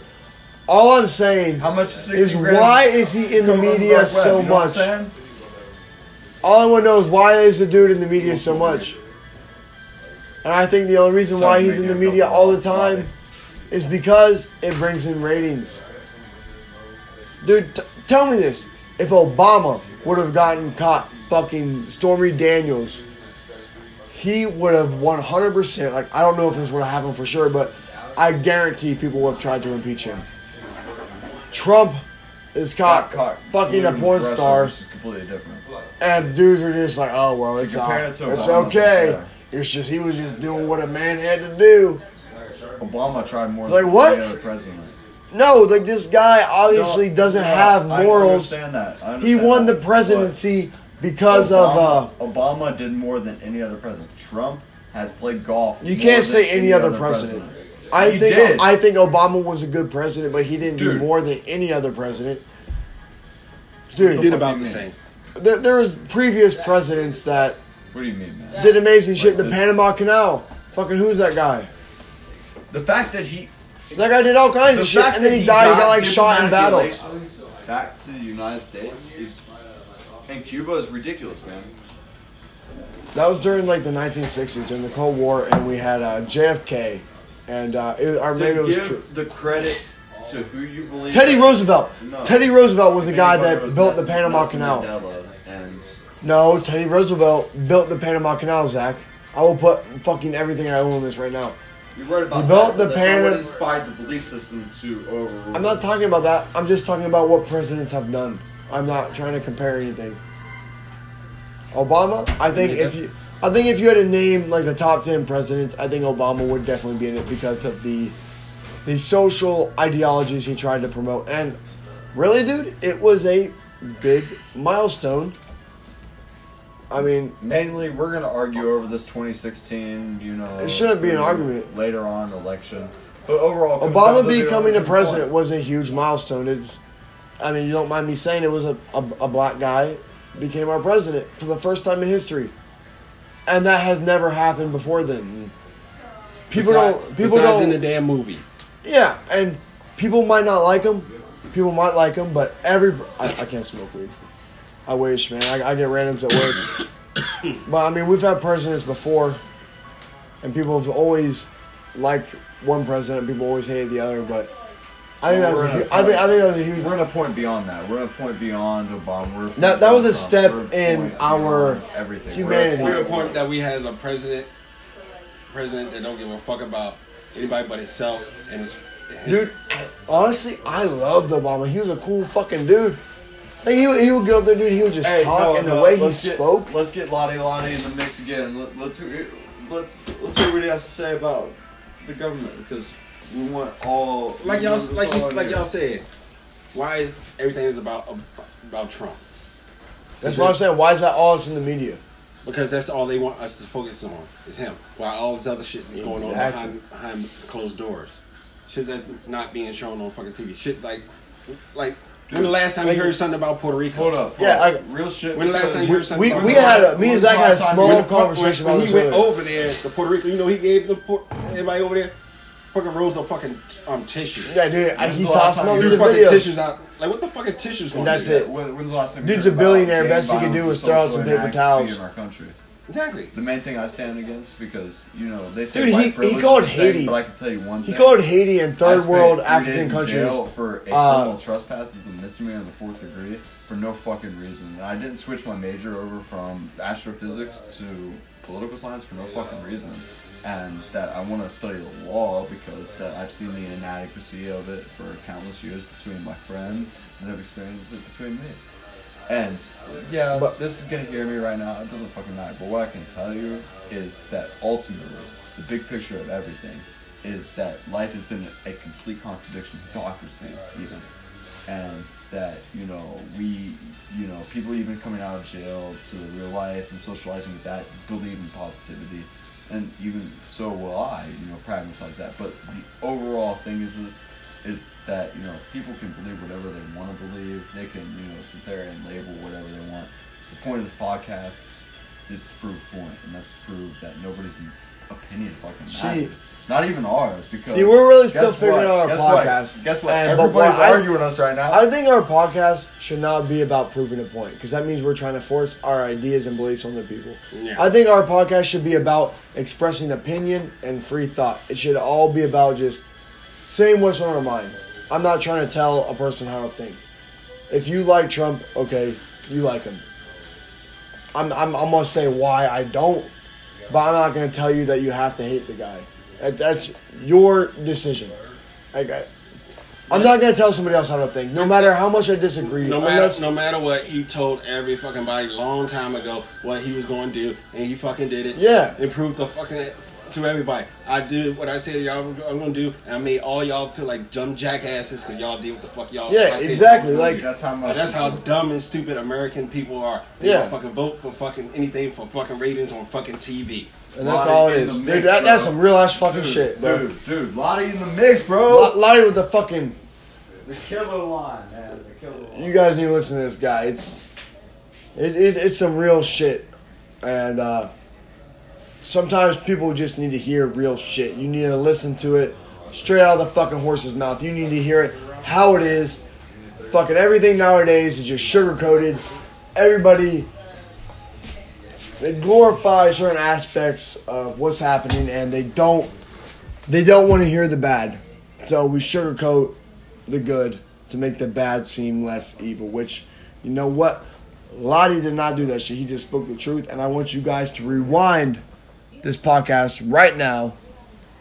All I'm saying
How much is 60
is
grams
why is he in the
on the dark
media
web?
so
You know what I'm
much?
saying?
All I want to know is why is the dude in the media so much? And I think the only reason why he's in the media all the time is because it brings in ratings. Dude, t- tell me this. If Obama would have gotten caught fucking Stormy Daniels he would have 100%, like, I don't know if this would have happened for sure, but I guarantee people would have tried to impeach him. Trump is caught, fucking a porn star,
It's completely different.
and dudes are just like, oh, well, it's, all,
compare it
it's
to Obama,
okay.
yeah.
It's just, he was just doing what a man had to do.
Obama tried more
Like
than
what?
any other president.
No, like, this guy obviously
No,
doesn't
no,
have
I
morals.
understand that. I
He
understand
won the
that.
presidency
But
because
Obama-
of, uh,
Obama did more than any other president. Trump has played golf.
you
more
can't
than
say any other president. I
He
think
did.
I think Obama was a good president, but he didn't do
Dude.
more than any other president. Dude,
Did
fuck
about
you
the
mean?
same.
there, there was previous presidents that
What do you mean, man?
did amazing shit. The
this-
Panama Canal. Fucking who's that guy?
The fact that he
That guy did all kinds
the
of shit,
fact
and then
that
he died. He got like shot in
diplomatic
battle.
relations Back to the United States is, and Cuba is ridiculous, man.
That was during like the 1960s during the Cold War, and we had uh, JFK, and uh, it, or maybe
To
it was
give
true.
the credit to who you believe.
Teddy Roosevelt.
No.
Teddy Roosevelt was the guy
Anybody
that
was
built the
Nelson-
Panama
Nelson
Canal.
Mandela and
No, Teddy Roosevelt built the Panama Canal, Zach. I will put fucking everything I own on this right now.
you're right about
He built
that, but
the
that's not what
Panama-
inspired the belief system to overrule.
I'm not talking about that. I'm just talking about what presidents have done. I'm not trying to compare anything. Obama, I think if you, I think if you had to name like the top ten presidents, I think Obama would definitely be in it because of the, the social ideologies he tried to promote. And really, dude, it was a big milestone. I mean,
Mainly, we're gonna argue over this 2016. You know,
It shouldn't be an
through
argument.
Later on, election, but overall, it comes down
Obama
to the
becoming the
election
president
point.
was a huge milestone. It's, I mean, you don't mind me saying it was a, a, a black guy became our president for the first time in history, and that has never happened before then. People don't. People
Besides
don't.
in the damn movies.
yeah, and people might not like him. People might like him, but every I, I can't smoke weed. I wish, man. I, I get randoms at work. but I mean, we've had presidents before, and people have always liked one president. People always hated the other. But I think that was
We're
a
in a
huge, I think I think that was a huge.
We're at a point beyond that. We're at a point beyond Obama. We're at a
That-
point
that was a
beyond
step
Trump.
in
We're at a point
our
beyond everything.
humanity.
We're
We're
at
a
a point
point that we has a president, president that don't give a fuck about anybody but himself and his.
Dude, honestly, I loved Obama. He was a cool fucking dude. Like he, would- he would get up there, dude. He would just
Hey,
talk,
no,
and the
no,
way he
let's get-
spoke.
Let's get Lottie Lottie in the mix again. Let, let's hear- let's let's hear what he has to say about the government because we want all we
Like y'all,
want this
like
all
you,
in
like
here.
y'all said, why is everything is about about Trump?
That's why I'm saying, why is that all it's in the media?
Because that's all they want us to focus on is him. While all this other shit that's going on
Exactly.
behind, behind closed doors, shit that's not being shown on fucking TV. Shit like, like when the last time you
Like-
heard something about Puerto Rico?
Hold up.
Yeah,
hold up.
I-
real shit.
When the last time you heard something?
We,
about
we
Puerto
had
Rico?
a me and Zach had a small
When the fuck-
conversation
when
about this.
he went
earlier.
over there to Puerto Rico. You know he gave the Puerto, everybody over there fucking rolls of fucking um tissue.
Yeah, dude, I, he
the
tossed
last
me
time
over
you
Threw
the
fucking
video.
tissues out. Like what the fuck is tissues going?
that's
to do?
it.
When, when's the last time? you
Dude's
heard
a
about
billionaire.
gang
Best he could do
violence
was
and
throw out some
social
paper
inadequacy
towels.
In our country.
Exactly.
The main thing I stand against because you know they say
Dude,
white
he- he
privilege
called
is a thing,
Haiti.
but I can tell you one
He
thing.
called Haiti and
I
third
spent
world
three days
African
in
countries.
jail for a
Uh,
criminal trespass that's a misdemeanor in the fourth degree for no fucking reason. And I didn't switch my major over from astrophysics to political science for no fucking reason. And that I want to study the law because that I've seen the inadequacy of it for countless years between my friends and have experienced it between me. And yeah,
But-
this is gonna hear me right now. It doesn't fucking matter. But what I can tell you is that ultimately, the big picture of everything is that life has been a complete contradiction to democracy, even, and that you know we, you know, people even coming out of jail to the real life and socializing with that believe in positivity, and even so will I, you know, pragmatize that. But the overall thing is this is that you know people can believe whatever they want to believe. They can you know sit there and label whatever they want. The point of this podcast is to prove a point, and that's to prove that nobody's opinion fucking
See-
matters. Not even ours, because
See, we're really still
guess
figuring
what?
out our
guess
podcast.
What? Guess what?
And- but
Everybody's
what I-
arguing us right now.
I think our podcast should not be about proving a point because that means we're trying to force our ideas and beliefs on the people.
Yeah.
I think our podcast should be about expressing opinion and free thought. It should all be about just saying what's on our minds. I'm not trying to tell a person how to think. If you like Trump, okay, you like him. I'm, I'm, I'm gonna say why I don't, but I'm not going to tell you that you have to hate the guy. That, that's your decision. Like, I, I'm not going to tell somebody else how to think, no matter how much I disagree.
No matter,
unless-
no matter what, he told every fucking body long time ago what he was going to do, and he fucking did it.
Yeah.
It proved the fucking to everybody. I did what I said y'all were- I'm going to do, and I made all y'all feel like dumb jackasses because y'all did what the fuck y'all.
Yeah,
I said
exactly,
y'all were gonna
like-
do.
That's how much-
And That's how dumb and stupid American people are. They
Yeah.
don't fucking vote for fucking anything for fucking ratings on fucking TV.
and that's
Lottie
all it
in the
is.
mix,
Dude, that, that's
bro.
some real ass fucking
Dude,
shit, bro.
Dude, dude, Lottie in the mix, bro.
Lo- Lottie with the fucking.
The killer line, man. The killer line.
You guys need to listen to this guy. It's it, it, it's some real shit, and uh, sometimes people just need to hear real shit. You need to listen to it straight out of the fucking horse's mouth. You need to hear it how it is. Fucking everything nowadays is just sugar coated. Everybody it glorifies certain aspects of what's happening, and they don't they don't want to hear the bad. So we sugarcoat the good to make the bad seem less evil, which, you know what? Lottie did not do that shit. He just spoke the truth. And I want you guys to rewind this podcast right now,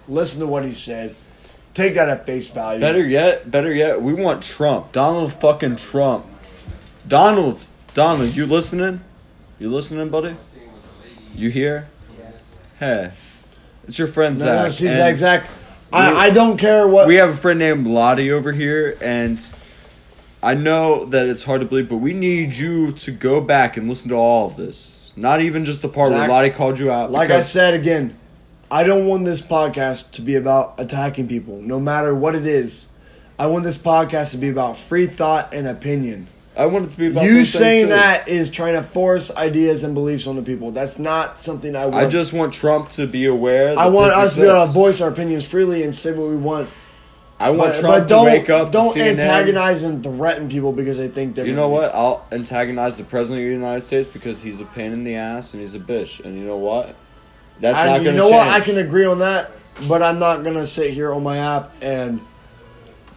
listen to what he said, take that at face value.
Better yet, better yet, we want Trump. Donald fucking Trump. Donald, Donald, you listening? You listening, buddy? You here? Hey, it's your friend
No, no,
Zach.
no, see,
and
Zach, Zach, I, I don't care what.
We have a friend named Lottie over here, and I know that it's hard to believe, but we need you to go back and listen to all of this. Not even just the part where
Zach,
Lottie called you out.
Like I
because-
said again, I don't want this podcast to be about attacking people, no matter what it is. I want this podcast to be about free thought and opinion.
I want it to be about
You
those things,
saying
too.
that is trying to force ideas and beliefs on the people. That's not something I want.
I just want Trump to be aware. That
I want
this
us to be able to
exists.
voice our opinions freely and say what we want.
I want
But,
Trump
but don't
to wake up.
don't
to CNN.
antagonize and threaten people because they think differently.
You know what? I'll antagonize the president of the United States because he's a pain in the ass and he's a bitch. And you know what? That's
I,
not
you
going to
know
change.
what? I can agree on that, but I'm not gonna sit here on my app and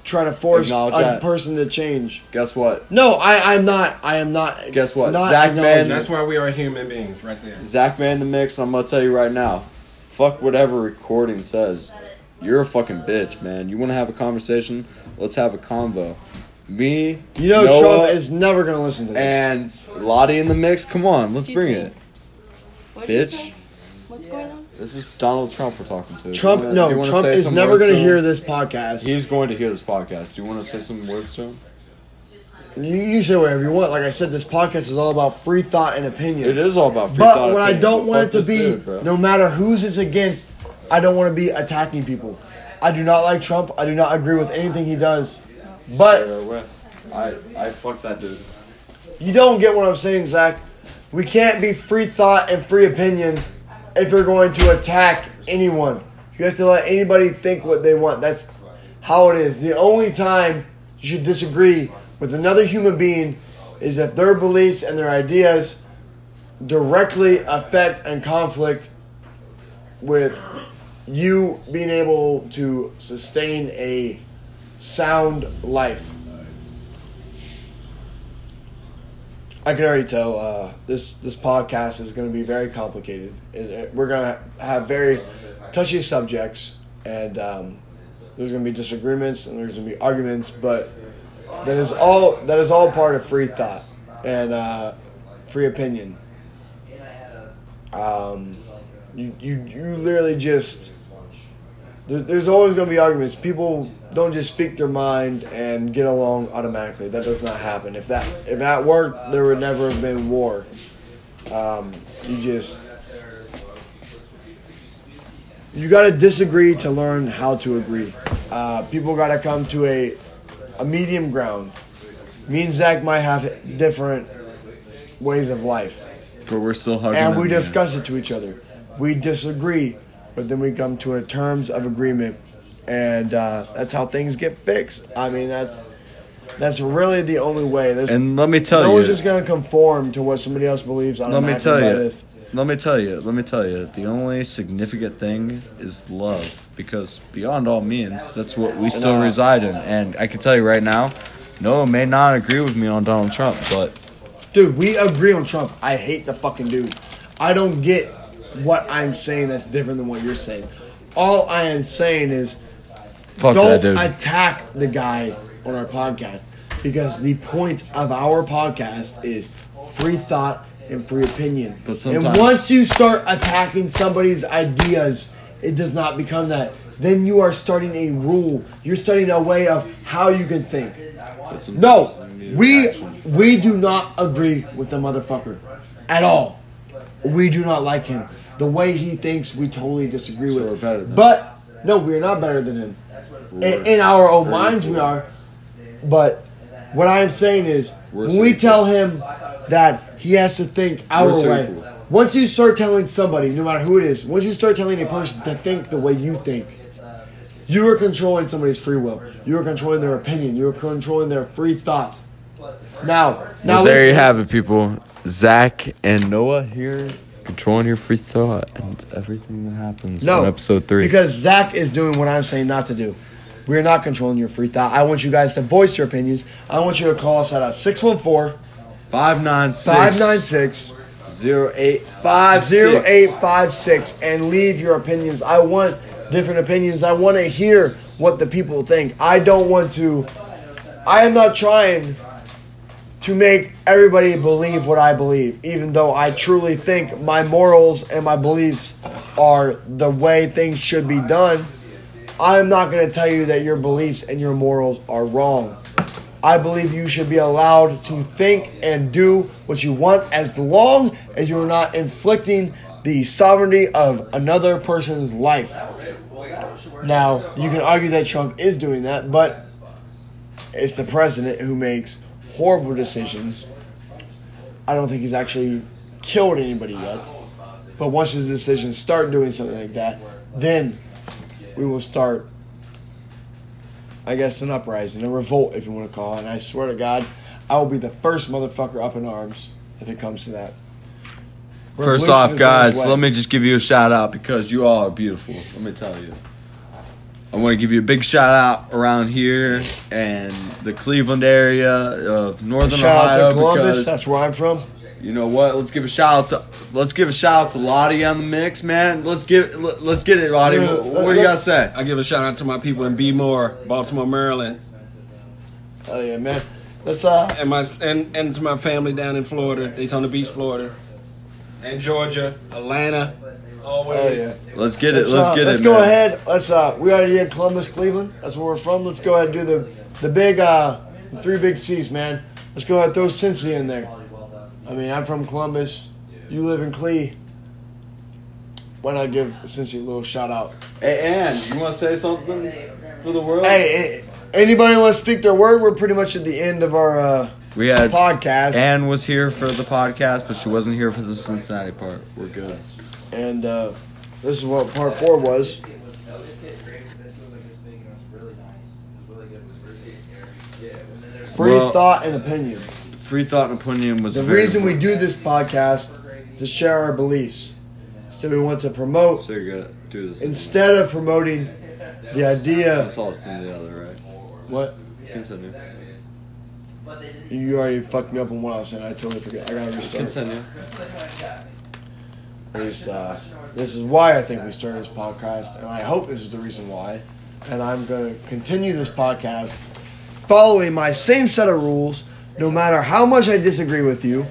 try to force
Acknowledge
a
that.
person to change.
Guess what?
No, I, I'm not. I am not.
Guess what?
Not
Zach
acknowledging-
Mann-
That's why we are human beings, right there.
Zach man in the mix. And I'm going to tell you right now. Fuck whatever recording says. You're a fucking bitch, man. You want to have a conversation? Let's have a convo. Me,
You know,
Noah,
Trump is never gonna listen to this.
and Lottie in the mix. Come on, let's
Excuse
bring
me.
it.
What'd you
Bitch,
say? What's going on?
this is Donald Trump we're talking to. Do you
Trump,
wanna- do you
no,
wanna
Trump
say
is
some
never
words
gonna
to him?
hear this podcast.
He's going to hear this podcast. Do you want to say some words to him?
You, you say whatever you want. Like I said, this podcast is all about free thought and opinion.
It is all about free
But
thought
what I
opinion,
don't
but
want
fuck
it to
this
be,
dude, bro.
no matter whose it's against, I don't want to be attacking people. I do not like Trump. I do not agree with anything he does. But
I I fuck that dude.
you don't get what I'm saying, Zach. We can't be free thought and free opinion if you're going to attack anyone. You have to let anybody think what they want. That's how it is. The only time you should disagree with another human being is if their beliefs and their ideas directly affect and conflict with you being able to sustain a sound life. I can already tell uh, this this podcast is going to be very complicated. It- it- We're going to have very touchy subjects, and um, there's going to be disagreements and there's going to be arguments. But that is all that is all part of free thought and uh, free opinion. Um, you you you literally just there, there's always going to be arguments. People don't just speak their mind and get along automatically. That does not happen. If that if that worked, there would never have been war. Um, you just you got to disagree to learn how to agree. Uh, people got to come to a a medium ground. Me and Zach might have different ways of life
But we're still hugging.
and we
in here.
discuss it to each other. We disagree, but then we come to a terms of agreement, and uh, that's how things get fixed. I mean, that's that's really the only way. There's,
And let me tell
no
you.
one's just gonna conform to what somebody else believes. I'm
let me
happy
tell
about
you.
it.
Let me tell you. Let me tell you. The only significant thing is love, because beyond all means, that's what we still
Nah.
reside in. And I can tell you right now, Noah may not agree with me on Donald Trump, but
Dude, we agree on Trump. I hate the fucking dude. I don't get what I'm saying that's different than what you're saying. All I am saying is
Fuck
don't
that dude.
attack the guy on our podcast because the point of our podcast is free thought and free opinion.
But
and
sometimes-
once you start attacking somebody's ideas, it does not become that. Then you are starting a rule. You're starting a way of how you can think. No, we we do not agree with the motherfucker at all. We do not like him. The way he thinks, we totally disagree with.
we're better than
but no, we are not better than him. In, in our own
We're
minds, we
equal.
are. But what I am saying is,
We're
when we
equal.
tell him that he has to think our
We're
way,
equal.
once you start telling somebody, no matter who it is, once you start telling a person to think the way you think, you are controlling somebody's free will. You are controlling their opinion. You are controlling their free thought. Now, now
Well, there you
listen-
have it, people. Zach and Noah here controlling your free thought and everything that happens
No,
on episode three.
Because Zach is doing what I'm saying not to do. We are not controlling your free thought. I want you guys to voice your opinions. I want you to call us at a 614
596
596
0856.
0856 and leave your opinions. I want different opinions. I want to hear what the people think. I don't want to. I am not trying to make everybody believe what I believe, even though I truly think my morals and my beliefs are the way things should be done. I'm not going to tell you that your beliefs and your morals are wrong. I believe you should be allowed to think and do what you want as long as you are not inflicting the sovereignty of another person's life. Now, you can argue that Trump is doing that, but it's the president who makes horrible decisions. I don't think he's actually killed anybody yet. But once his decisions start doing something like that, then we will start I guess an uprising, a revolt, if you want to call it. And I swear to God, I will be the first motherfucker up in arms if it comes to that.
First
Revolution is
off,
on
guys,
its way.
let me just give you a shout out because you all are beautiful. Let me tell you. I want to give you a big shout out around here and the Cleveland area of Northern
shout
Ohio.
out to Columbus.
because-
That's where I'm from.
You know what? Let's give a shout out to let's give a shout out to Lottie on the mix, man. Let's give let- let's get it, Lottie.
Yeah,
What, what do you got to say?
I give a shout out to my people in B Moore, Baltimore, Maryland,
Oh yeah, man. That's uh.
and my and, and to my family down in Florida, Daytona Beach, Florida, and Georgia, Atlanta, all the way.
Oh yeah.
Let's get it.
Let's,
Let's
uh,
get
let's
it.
go
man.
ahead. Let's uh. We already did Columbus, Cleveland. That's where we're from. Let's go ahead and do the the big uh the three big C's, man. Let's go ahead and throw Cincy in there. I mean, I'm from Columbus. You live in Clee. Why not give Cincy a little shout out?
Hey, Ann, you want to say something for the world?
Hey, a- anybody want to speak their word? We're pretty much at the end of our uh,
we had
podcast, and,
Ann was here for the podcast, but she wasn't here for the Cincinnati part. We're good.
uh, this is what part four was. Free
Well-
thought and opinion.
Free thought and opinion was
The
very
reason we
important.
do this podcast to share our beliefs. So we want to promote
So you're gonna do this.
instead of promoting the idea.
That's all it's in the other, right?
What
Continue.
you already fucked me up on what I was saying. I totally forget. I gotta restart.
Continue.
At least uh, this is why I think we started this podcast, and I hope this is the reason why. And I'm going to continue this podcast following my same set of rules, no matter how much I disagree with you.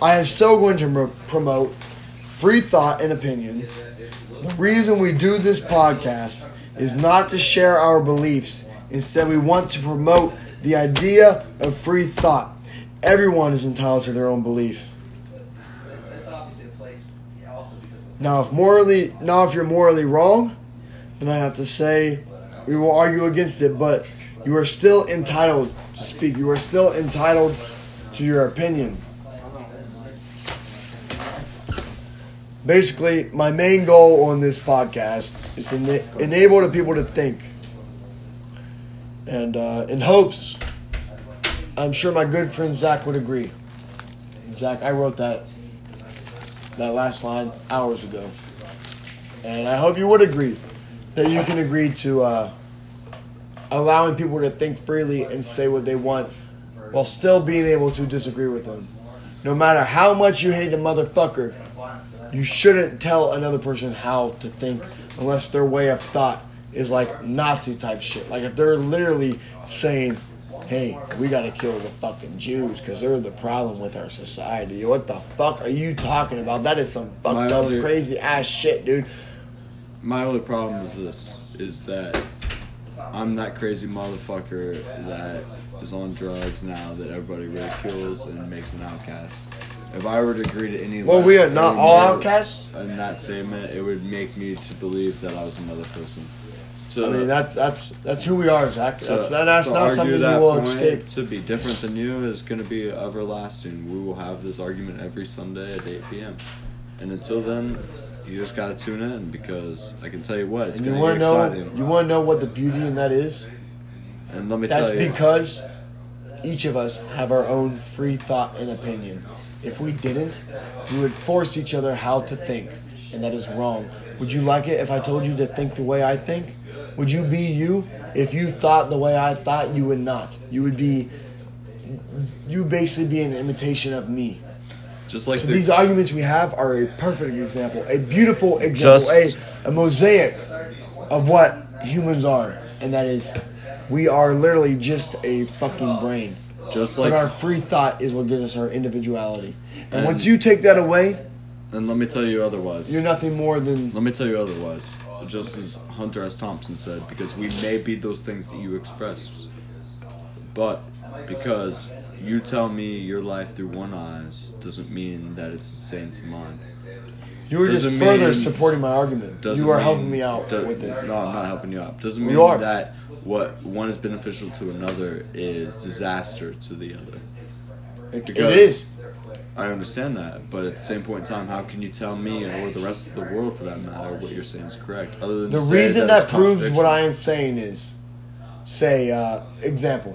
I am still going to mo- promote free thought and opinion. The reason we do this podcast is not to share our beliefs. Instead, we want to promote the idea of free thought. Everyone is entitled to their own belief. Now, if morally, now if you're morally wrong, then I have to say we will argue against it. But you are still entitled to speak. You are still entitled to your opinion. Basically, my main goal on this podcast is to ena- enable the people to think, and uh, in hopes, I'm sure my good friend Zach would agree. Zach, I wrote that that last line hours ago. And I hope you would agree that you can agree to uh, allowing people to think freely and say what they want while still being able to disagree with them. No matter how much you hate a motherfucker, you shouldn't tell another person how to think unless their way of thought is like Nazi type shit. Like if they're literally saying, "Hey, we gotta kill the fucking Jews because they're the problem with our society." What the fuck are you talking about? That is some fucked
My
up,
only-
crazy ass shit, dude.
My only problem is this: is that I'm that crazy motherfucker that is on drugs now that everybody ridicules and makes an outcast. If I were to agree to any,
Well, we
less
are not all
statement
outcasts.
In that statement, it would make me to believe that I was another person. So
I mean, that's that's that's who we are, Zach.
So-
That's that, that's
to
not
argue
something you
that
will
point,
escape.
To be different than you is going to be everlasting. We will have this argument every Sunday at 8 p.m. And until then, you just got to tune in because I can tell you what, it's
And you
going to be
want to know?
exciting.
You want to know what the beauty in that is?
and let me
That's
tell you,
because each of us have our own free thought and opinion. If we didn't, we would force each other how to think, and that is wrong. Would you like it if I told you to think the way I think? Would you be you? If you thought the way I thought, you would not. You would be. You basically be an imitation of me.
just like
So
the,
these arguments we have are a perfect example, a beautiful example,
Just-
a, a mosaic of what humans are, and that is, we are literally just a fucking brain.
just
But our
like,
free thought is what gives us our individuality. And,
And-
once you take that away,
and let me tell you otherwise.
you're nothing more than
Let me tell you otherwise. Just as Hunter S. Thompson said, because we may be those things that you express. But because you tell me your life through one eyes doesn't mean that it's the same to mine.
you were just
Doesn't
further
mean-
supporting my argument.
Doesn't
you are
mean-
helping me out
do-
with this.
No, I'm not helping you out. Doesn't
You
mean
are.
that what one is beneficial to another is disaster to the other.
It- it
Because-
is.
I understand that, but at the same point in time, how can you tell me or the rest of the world, for that matter, what you're saying is correct? Other than
The
to say
reason
that,
that
it's
proves what
contradiction.
I am saying is, say, uh, example.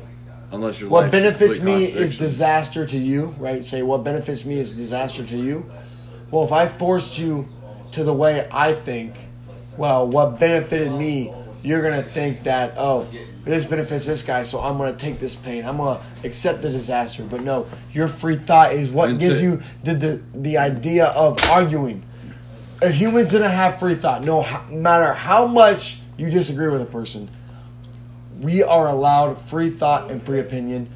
Unless your
what
life's a
benefits
complete
me is
contradiction.
disaster to you, right? Say what benefits me is disaster to you. Well, if I forced you to the way I think, well, what benefited me, you're gonna think that oh, this benefits this guy, so I'm gonna take this pain. I'm gonna accept the disaster. But no, your free thought is what
And
gives
to-
you the, the the idea of arguing. If humans didn't have free thought, no h- matter how much you disagree with a person, we are allowed free thought and free opinion,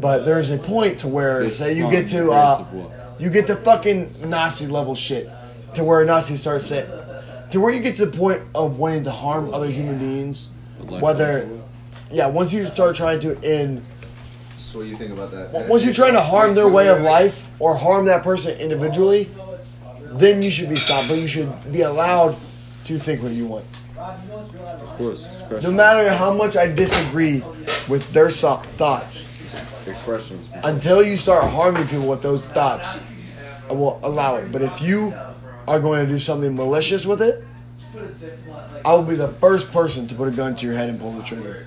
but there's a point to where
It's
say you
not
get
the
to
grace
uh,
of what?
you get to fucking Nazi level shit, to where Nazi starts saying, to where you get to the point of wanting to harm other human beings,
Like,
whether yeah, once you start trying to end.
So what do you think about that?
Once you're trying to harm their way of life or harm that person individually, then you should be stopped. But you should be allowed to think what you want.
Of course, expression,
No matter how much I disagree with their so- thoughts,
expressions.
until you start harming people with those thoughts, I will allow it. But if you are going to do something malicious with it, I will be the first person to put a gun to your head and pull the trigger.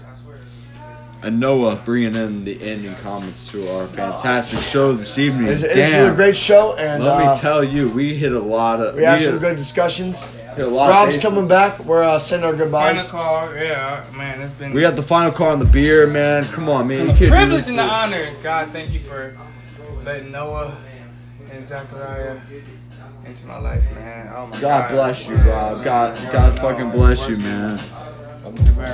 And Noah bringing in the ending comments to our fantastic show this evening.
This, this
Damn.
was a great show, and
Let
uh,
me tell you, we hit a lot of.
we had
hit,
some good discussions.
hit a lot of
Rob's
bases.
coming back. We're uh, sending our
Final
goodbyes.
call, yeah, man, it's been
We got the final car on the beer, man. Come on, man. You
a
can't do
privilege
this
and an
to-
honor. God, thank you for letting Noah and Zachariah into my life, man. Oh my God.
God bless you, Rob. God, God fucking bless you, man.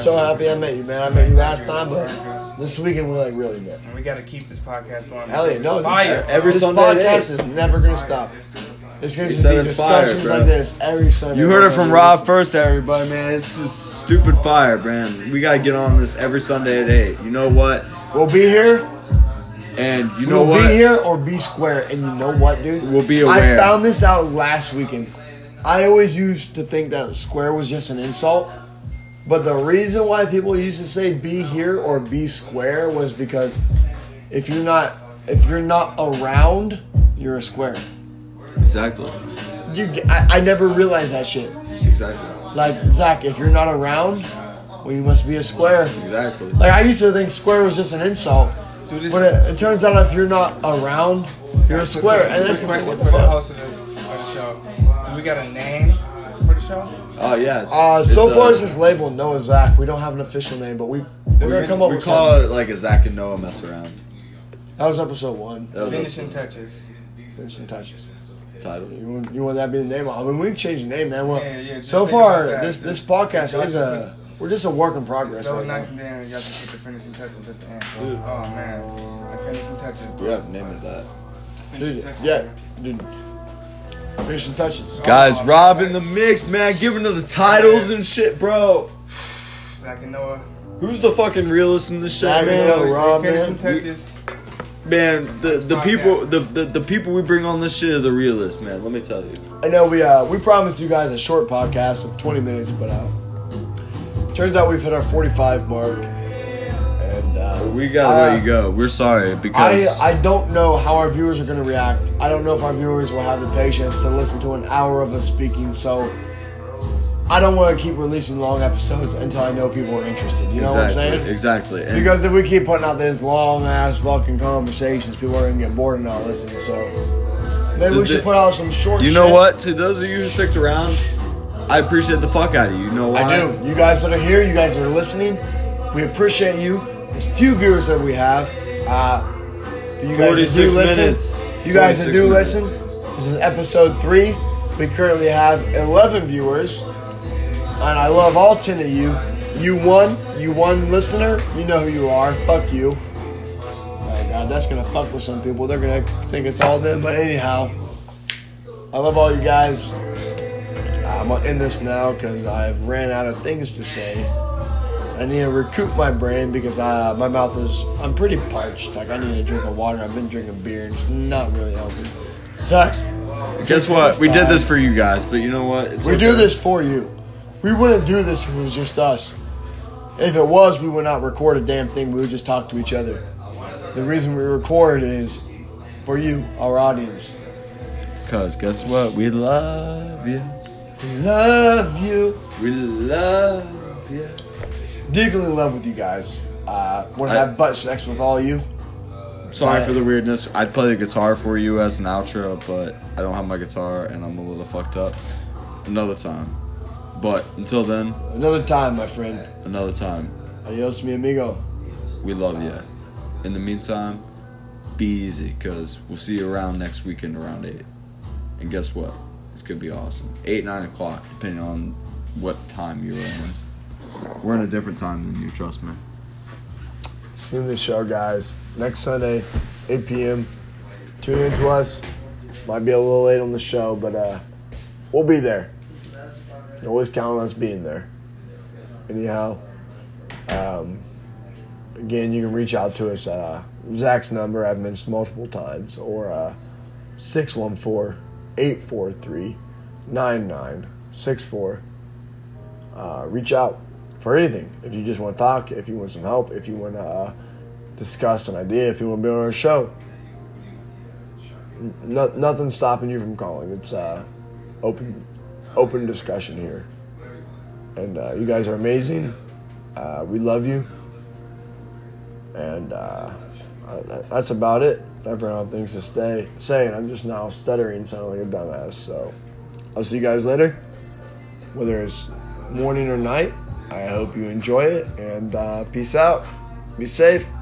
So happy I met you, man. I met you last time, but this weekend we like really met.
And we got to keep this podcast going.
Elliot, no, this,
fire.
Every
this
Sunday at
podcast
eight.
is never gonna stop. There's gonna
He
just
said
be
it's fire,
discussions
bro.
like this every Sunday.
You heard it from Rob
First.
first, everybody, man. It's just stupid fire, man. We gotta get on this every Sunday at eight. You know what?
We'll be here.
And you
You
know
will
what?
be here or be square. And you know what, dude?
We'll be
I
aware.
found this out last weekend. I always used to think that square was just an insult. But the reason why people used to say be here or be square was because if you're not if you're not around, you're a square.
Exactly.
You, I, I never realized that shit.
Exactly.
Like Zach, if you're not around, well, you must be a square.
Exactly.
Like I used to think square was just an insult,
Dude, this-
but it, it turns out if you're not around, you're a square, and that's just like, what
question for
the
the
fuck.
host of the, for the show. Do we got a name for the show?
Oh yeah. it's-
Uh,
it's,
so far it's just labeled Noah Zach. We don't have an official name, but we we're gonna come up
we
with
call
something.
it like a Zach and Noah mess around.
That was episode one.
That was
Finishing touches.
Finishing touches.
title.
You want, you want that to be the name? I mean, we can change the name, man. Well,
Yeah, yeah, just
so
think
far,
about that.
this this
Just-
podcast is
just-
a we're just a work in progress
It's so
right
nice
now.
and then y'all just put the finishing touches at the end. Oh man, the finishing touches.
We have to name it that.
Dude, yeah, dude. Fish and touches.
Guys, Rob in the mix, man, giving to the titles and shit, bro.
Zach and Noah.
Who's the fucking realist in this shit,
Zach and
man?
Noah. Rob,
finishing
man.
touches.
Man, the, the
Podcast.
people the, the, the people we bring on this shit are the realists, man. Let me tell you.
I know we uh we promised you guys a short podcast of 20 minutes, but uh, turns out we've hit our 45 mark, and uh,
We gotta
I-
let you go. We're sorry
I,
because
I don't know how our viewers are going to react. I don't know if our viewers will have the patience to listen to an hour of us speaking. So I don't want to keep releasing long episodes until I know people are interested. You know
exactly,
what I'm saying?
exactly. And
Because if we keep putting out these long ass fucking conversations, people are going to get bored and not listen. So maybe
The-
we should
the-
put out some short.
you know
shit.
what? To those of you who sticked around, I appreciate the fuck out of you. You know why?
I do. You guys that are here, you guys that are listening, we appreciate you. As few viewers that we have, uh, but you guys that do
46
listen,
minutes.
you guys that do
46
listen, this is episode three. We currently have 11 viewers, and I love all 10 of you. You won, you won, listener. You know who you are. Fuck you. Oh My God, that's gonna fuck with some people. They're gonna think it's all them. But anyhow, I love all you guys. I'm gonna end this now because I've ran out of things to say. I need to recoup my brain because uh, my mouth is. I'm pretty parched. Like I need a drink of water. I've been drinking beer. and It's not really helping. Sucks.
Guess what? We did this for you guys, but you know what? It's
We
okay.
do this for you. We wouldn't do this if it was just us. If it was, we would not record a damn thing. We would just talk to each other. The reason we record is for you, our audience.
Cause guess what? We love you.
We love you.
We love you.
Deeply in love with you guys. Uh, want to
I-
have butt sex with all you.
Sorry for the weirdness. I'd play the guitar for you as an outro, but I don't have my guitar and I'm a little fucked up. Another time. But until then,
Another time, my friend.
another time.
Adios, mi amigo.
We love you. In the meantime, be easy, cause we'll see you around next weekend around eight. And guess what? It's gonna be awesome. Eight, nine o'clock, depending on what time you're in. We're in a different time than you, trust me.
Tune in the show, guys. Next Sunday, 8 p.m. Tune in to us. Might be a little late on the show, but uh, we'll be there. You always count on us being there. Anyhow, um, again, you can reach out to us at uh, Zach's number I've mentioned multiple times, or uh, 614-843-9964. Uh, reach out for anything. If you just want to talk, if you want some help, if you want to uh, discuss an idea, if you want to be on our show. N- No, nothing's stopping you from calling. It's uh, open, open discussion here. And uh, you guys are amazing. Uh, we love you. And uh, uh, that- that's about it. I've run out of things to stay, say, and I'm just now stuttering, sounding like a dumbass. So I'll see you guys later. Whether it's morning or night, I hope you enjoy it. And uh, peace out. Be safe.